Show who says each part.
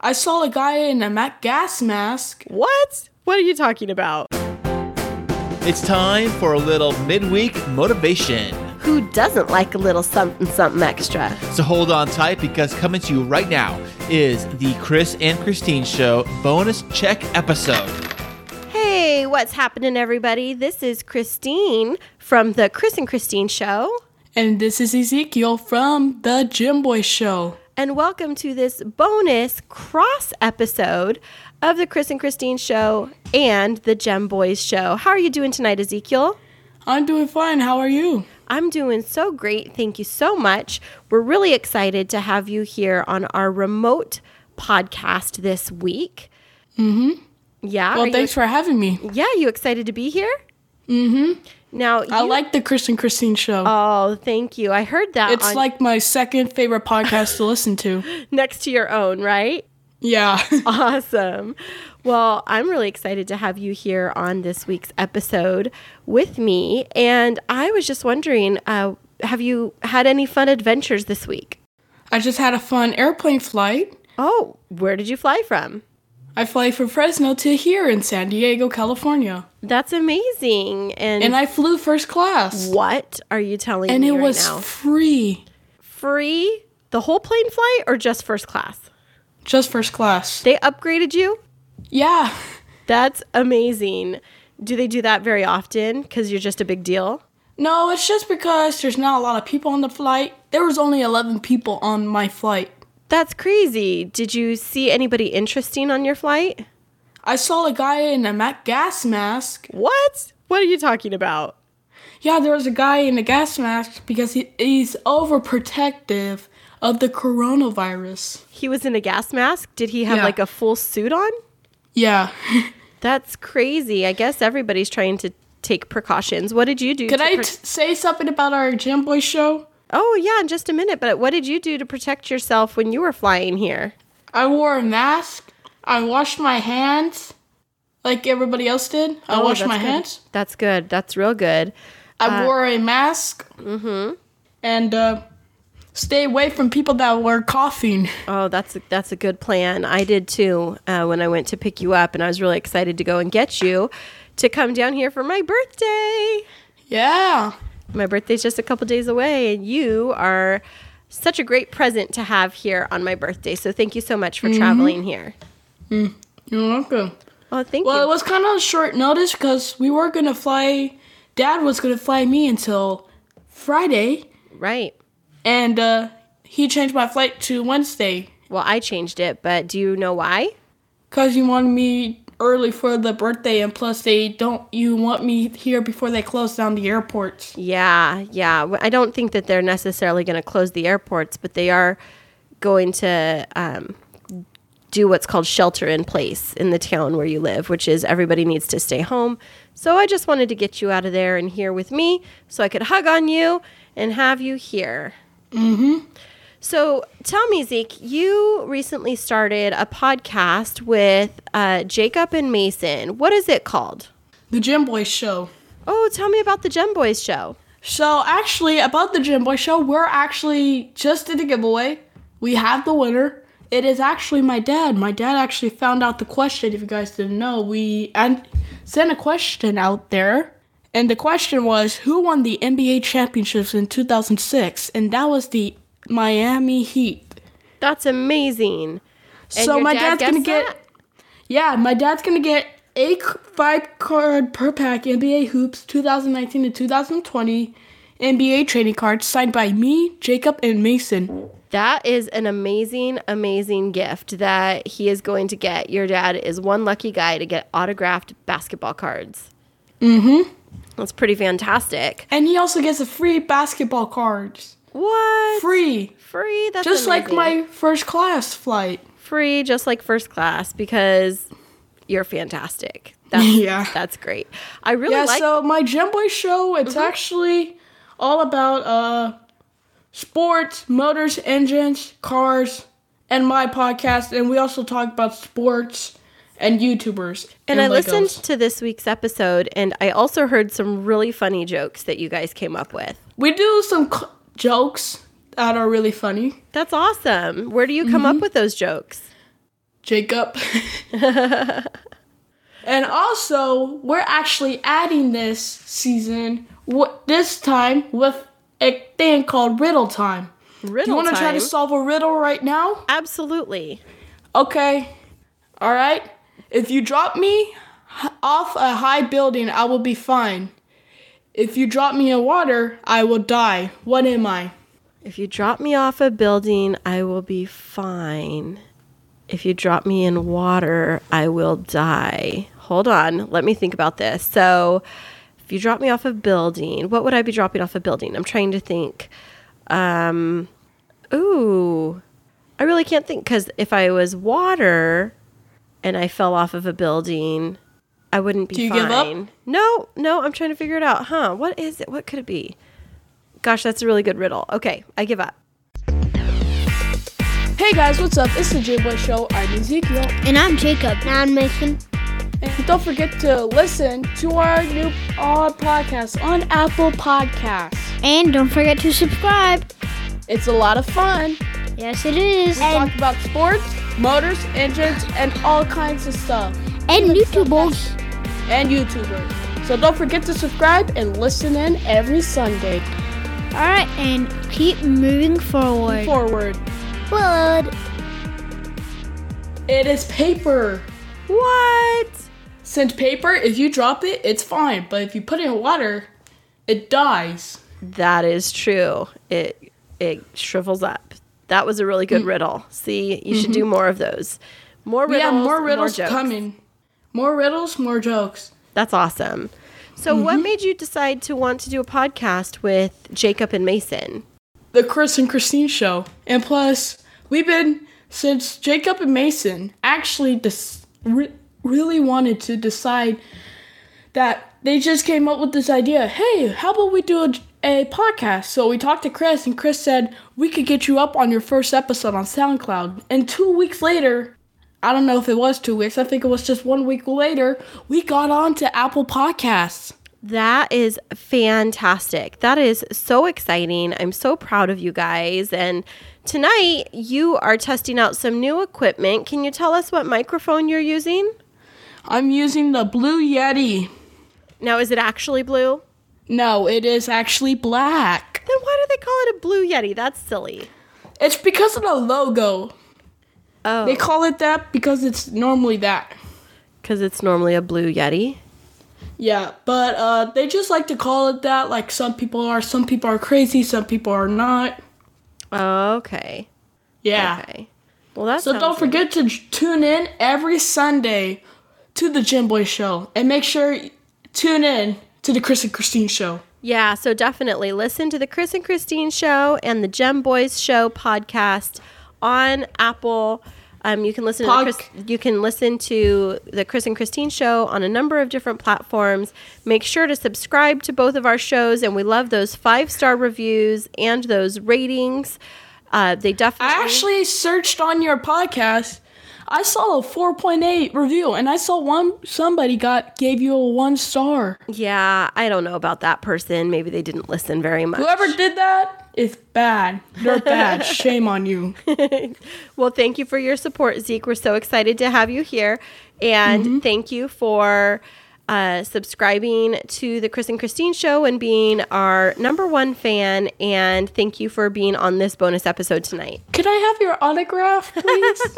Speaker 1: I saw a guy in a ma- gas mask.
Speaker 2: What? What are you talking about?
Speaker 3: It's time for a little midweek motivation.
Speaker 4: Who doesn't like a little something something extra?
Speaker 3: So hold on tight because coming to you right now is the Chris and Christine Show bonus check episode.
Speaker 4: Hey, what's happening, everybody? This is Christine from the Chris and Christine Show,
Speaker 1: And this is Ezekiel from The Gym Boy Show.
Speaker 4: and welcome to this bonus cross episode of the Chris and Christine Show and the Gem Boys Show. How are you doing tonight, Ezekiel?
Speaker 1: I'm doing fine. How are you?
Speaker 4: I'm doing so great. Thank you so much. We're really excited to have you here on our remote podcast this week. Mm-hmm. Yeah. are
Speaker 1: Well,
Speaker 4: you-
Speaker 1: thanks for having me.
Speaker 4: yeah, you excited to be here? Mm-hmm. Now,
Speaker 1: I
Speaker 4: you-
Speaker 1: like the Chris and Christine Show.
Speaker 4: Oh, thank you. I heard that.
Speaker 1: it's
Speaker 4: on-
Speaker 1: like my second favorite podcast to listen to.
Speaker 4: next to your own, right?
Speaker 1: Yeah.
Speaker 4: Awesome. Well, I'm really excited to have you here on this week's episode with me. And I was just wondering, uh, have you had any fun adventures this week?
Speaker 1: I just had a fun airplane flight.
Speaker 4: Oh, where did you fly from?
Speaker 1: I fly from Fresno to here in San Diego, California.
Speaker 4: That's amazing. And,
Speaker 1: And I flew first class.
Speaker 4: what are you telling
Speaker 1: And
Speaker 4: me
Speaker 1: it
Speaker 4: right
Speaker 1: was
Speaker 4: now?
Speaker 1: free.
Speaker 4: Free the whole plane flight or just first class?
Speaker 1: Just first class.
Speaker 4: They upgraded you?
Speaker 1: Yeah.
Speaker 4: That's amazing. Do they do that very often cuz you're just a big deal?
Speaker 1: No, it's just because there's not a lot of people on the flight. There was only 11 people on my flight.
Speaker 4: That's crazy. Did you see anybody interesting on your flight?
Speaker 1: I saw a guy in a ma- gas mask.
Speaker 2: What? What are you talking about?
Speaker 1: Yeah, there was a guy in a gas mask because he, he's overprotective of the coronavirus.
Speaker 4: He was in a gas mask. Did he have
Speaker 1: Yeah.
Speaker 4: like a full suit on?
Speaker 1: Yeah.
Speaker 4: That's crazy. I guess everybody's trying to take precautions. What did you do?
Speaker 1: Could
Speaker 4: to
Speaker 1: I
Speaker 4: pro-
Speaker 1: t- say something about our Gym Boy show?
Speaker 4: oh, yeah, in just a minute. But what did you do to protect yourself when you were flying here?
Speaker 1: I wore a mask. I washed my hands like everybody else did. I
Speaker 4: Oh,
Speaker 1: washed
Speaker 4: that's
Speaker 1: my
Speaker 4: good.
Speaker 1: hands.
Speaker 4: That's good. That's real good.
Speaker 1: I wore a mask. Mm-hmm. And uh, stay away from people that were coughing.
Speaker 4: Oh, that's a, that's a good plan. I did too uh, when I went to pick you up, and I was really excited to go and get you to come down here for my birthday.
Speaker 1: Yeah.
Speaker 4: My birthday's just a couple days away, and you are such a great present to have here on my birthday. So thank you so much for
Speaker 1: Mm-hmm.
Speaker 4: traveling here.
Speaker 1: You're welcome.
Speaker 4: Oh, thank
Speaker 1: Well, it
Speaker 4: you.
Speaker 1: was kind of short notice because we were gonna fly. Dad was gonna fly me until Friday,
Speaker 4: right.
Speaker 1: and uh, he changed my flight to Wednesday
Speaker 4: Well, I changed it, but do you know why?
Speaker 1: because he wanted me early for the birthday, and plus they don't. You want me here before they close down the airports.
Speaker 4: Yeah, yeah. W- I don't think that they're necessarily going to close the airports, but they are going to um, do what's called shelter in place in the town where you live, which is everybody needs to stay home. So I just wanted to get you out of there and here with me so I could hug on you and have you here. Mm-hmm. So tell me, Zeke, you recently started a podcast with uh, Jacob and Mason. What is it called?
Speaker 1: The Gym Boy Show.
Speaker 4: Oh, tell me about the Gem Boys show.
Speaker 1: So actually, about the Gym Boy Show, we're actually just did a giveaway. We have the winner. It is actually my dad. My dad actually found out the question. If you guys didn't know, we and sent a question out there, and the question was, "Who won the NBA championships in 2006?" And that was the Miami Heat.
Speaker 4: That's amazing. And
Speaker 1: so
Speaker 4: your
Speaker 1: my
Speaker 4: dad
Speaker 1: dad's gonna
Speaker 4: guessed
Speaker 1: get.
Speaker 4: that?
Speaker 1: Yeah, my dad's gonna get a c- five card per pack NBA hoops 2019 to 2020 NBA trading cards signed by me, Jacob, and Mason.
Speaker 4: That is an amazing, amazing gift that he is going to get. Your dad is one lucky guy to get autographed basketball cards. Mm-hmm. That's pretty fantastic.
Speaker 1: And he also gets a free basketball cards.
Speaker 4: What?
Speaker 1: Free.
Speaker 4: Free. That's
Speaker 1: Just like
Speaker 4: amazing.
Speaker 1: my first class flight.
Speaker 4: free, just like first class, because you're fantastic. That's,
Speaker 1: Yeah.
Speaker 4: That's great. I really
Speaker 1: Yeah,
Speaker 4: like. Mm-hmm.
Speaker 1: so my Gem Boy show, it's actually all about uh sports, motors, engines, cars, and my podcast, and we also talk about sports and YouTubers.
Speaker 4: and I listened
Speaker 1: Legos.
Speaker 4: to this week's episode, and I also heard some really funny jokes that you guys came up with.
Speaker 1: We do some c- jokes that are really funny. Mm-hmm.
Speaker 4: That's awesome. Where do you come up with those jokes?
Speaker 1: Jacob. and also, we're actually adding this season, wh- this time, with a thing called Riddle Time.
Speaker 4: Riddle
Speaker 1: Do you want to try to
Speaker 4: time.
Speaker 1: solve a riddle right now?
Speaker 4: Absolutely.
Speaker 1: Okay. All right. If you drop me h- off a high building, I will be fine. If you drop me in water, I will die. What am I?
Speaker 4: If you drop me off a building, I will be fine. If you drop me in water, I will die. Hold on, let me think about this. So, if you drop me off a building, what would I be dropping off a building? I'm trying to think. Um, ooh, I really can't think because if I was water and I fell off of a building, I wouldn't be
Speaker 1: Do you
Speaker 4: fine.
Speaker 1: give up?
Speaker 4: No, no, I'm trying to figure it out. Huh? What is it? What could it be? Gosh, that's a really good riddle. Okay, I give up.
Speaker 1: Hey guys, what's up? It's the J Boy Show. I'm Ezekiel.
Speaker 5: And I'm Jacob. And I'm Mason.
Speaker 1: And don't forget to listen to our new odd podcast on Apple Podcasts.
Speaker 5: And don't forget to subscribe.
Speaker 1: It's a lot of fun.
Speaker 5: Yes, it is.
Speaker 1: We talk about sports, motors, engines, and all kinds of stuff.
Speaker 5: and YouTubers.
Speaker 1: And YouTubers. So don't forget to subscribe and listen in every Sunday.
Speaker 5: All right, and keep moving forward.
Speaker 1: Forward.
Speaker 5: Forward.
Speaker 1: It is paper.
Speaker 4: What?
Speaker 1: Since paper, if you drop it, it's fine. But if you put it in water, it dies.
Speaker 4: That is true. It it shrivels up. That was a really good
Speaker 1: Mm.
Speaker 4: riddle. See, you should do more of those. More
Speaker 1: We
Speaker 4: riddles.
Speaker 1: have Mm-hmm. more riddles
Speaker 4: jokes.
Speaker 1: coming. More riddles, more jokes.
Speaker 4: That's awesome. So,
Speaker 1: Mm-hmm.
Speaker 4: what made you decide to want to do a podcast with Jacob and Mason?
Speaker 1: the Chris and Christine show. And plus, we've been since Jacob and Mason actually dis- re- really wanted to decide that they just came up with this idea. Hey, how about we do a, a podcast? So we talked to Chris, and Chris said we could get you up on your first episode on SoundCloud. And two weeks later, I don't know if it was two weeks. I think it was just one week later. We got on to Apple Podcasts.
Speaker 4: That is fantastic. That is so exciting. I'm so proud of you guys. And tonight you are testing out some new equipment. Can you tell us what microphone you're using?
Speaker 1: I'm using the Blue Yeti.
Speaker 4: Now, is it actually blue?
Speaker 1: No, it is actually black.
Speaker 4: Then why do they call it a blue Yeti? That's silly.
Speaker 1: It's because of the logo.
Speaker 4: Oh,
Speaker 1: They call it that because it's normally that.
Speaker 4: because it's normally a blue Yeti.
Speaker 1: Yeah, but uh, they just like to call it that. Like some people are, some people are crazy, some people are not.
Speaker 4: Okay.
Speaker 1: Yeah.
Speaker 4: Okay. Well, that's
Speaker 1: So don't forget to j- tune in every Sunday to the Jim Boy Show, and make sure you tune in to the Chris and Christine Show.
Speaker 4: Yeah, so definitely listen to the Chris and Christine show and the Gem Boys show podcast on Apple. Um, you can listen
Speaker 1: Pod-
Speaker 4: to the Chris, you can listen to the Chris and Christine show on a number of different platforms. Make sure to subscribe to both of our shows, and we love those five star reviews and those ratings. Uh, they definitely
Speaker 1: I actually searched on your podcast. I saw a 4.8 review, and I saw one somebody got gave you a one star.
Speaker 4: Yeah, I don't know about that person. Maybe they didn't listen very much.
Speaker 1: Whoever did that is bad. They're bad. Shame on you.
Speaker 4: Well, thank you for your support, Zeke. We're so excited to have you here. And thank you for uh, subscribing to the Chris and Christine show and being our number one fan. And thank you for being on this bonus episode tonight.
Speaker 1: Could I have your autograph, please?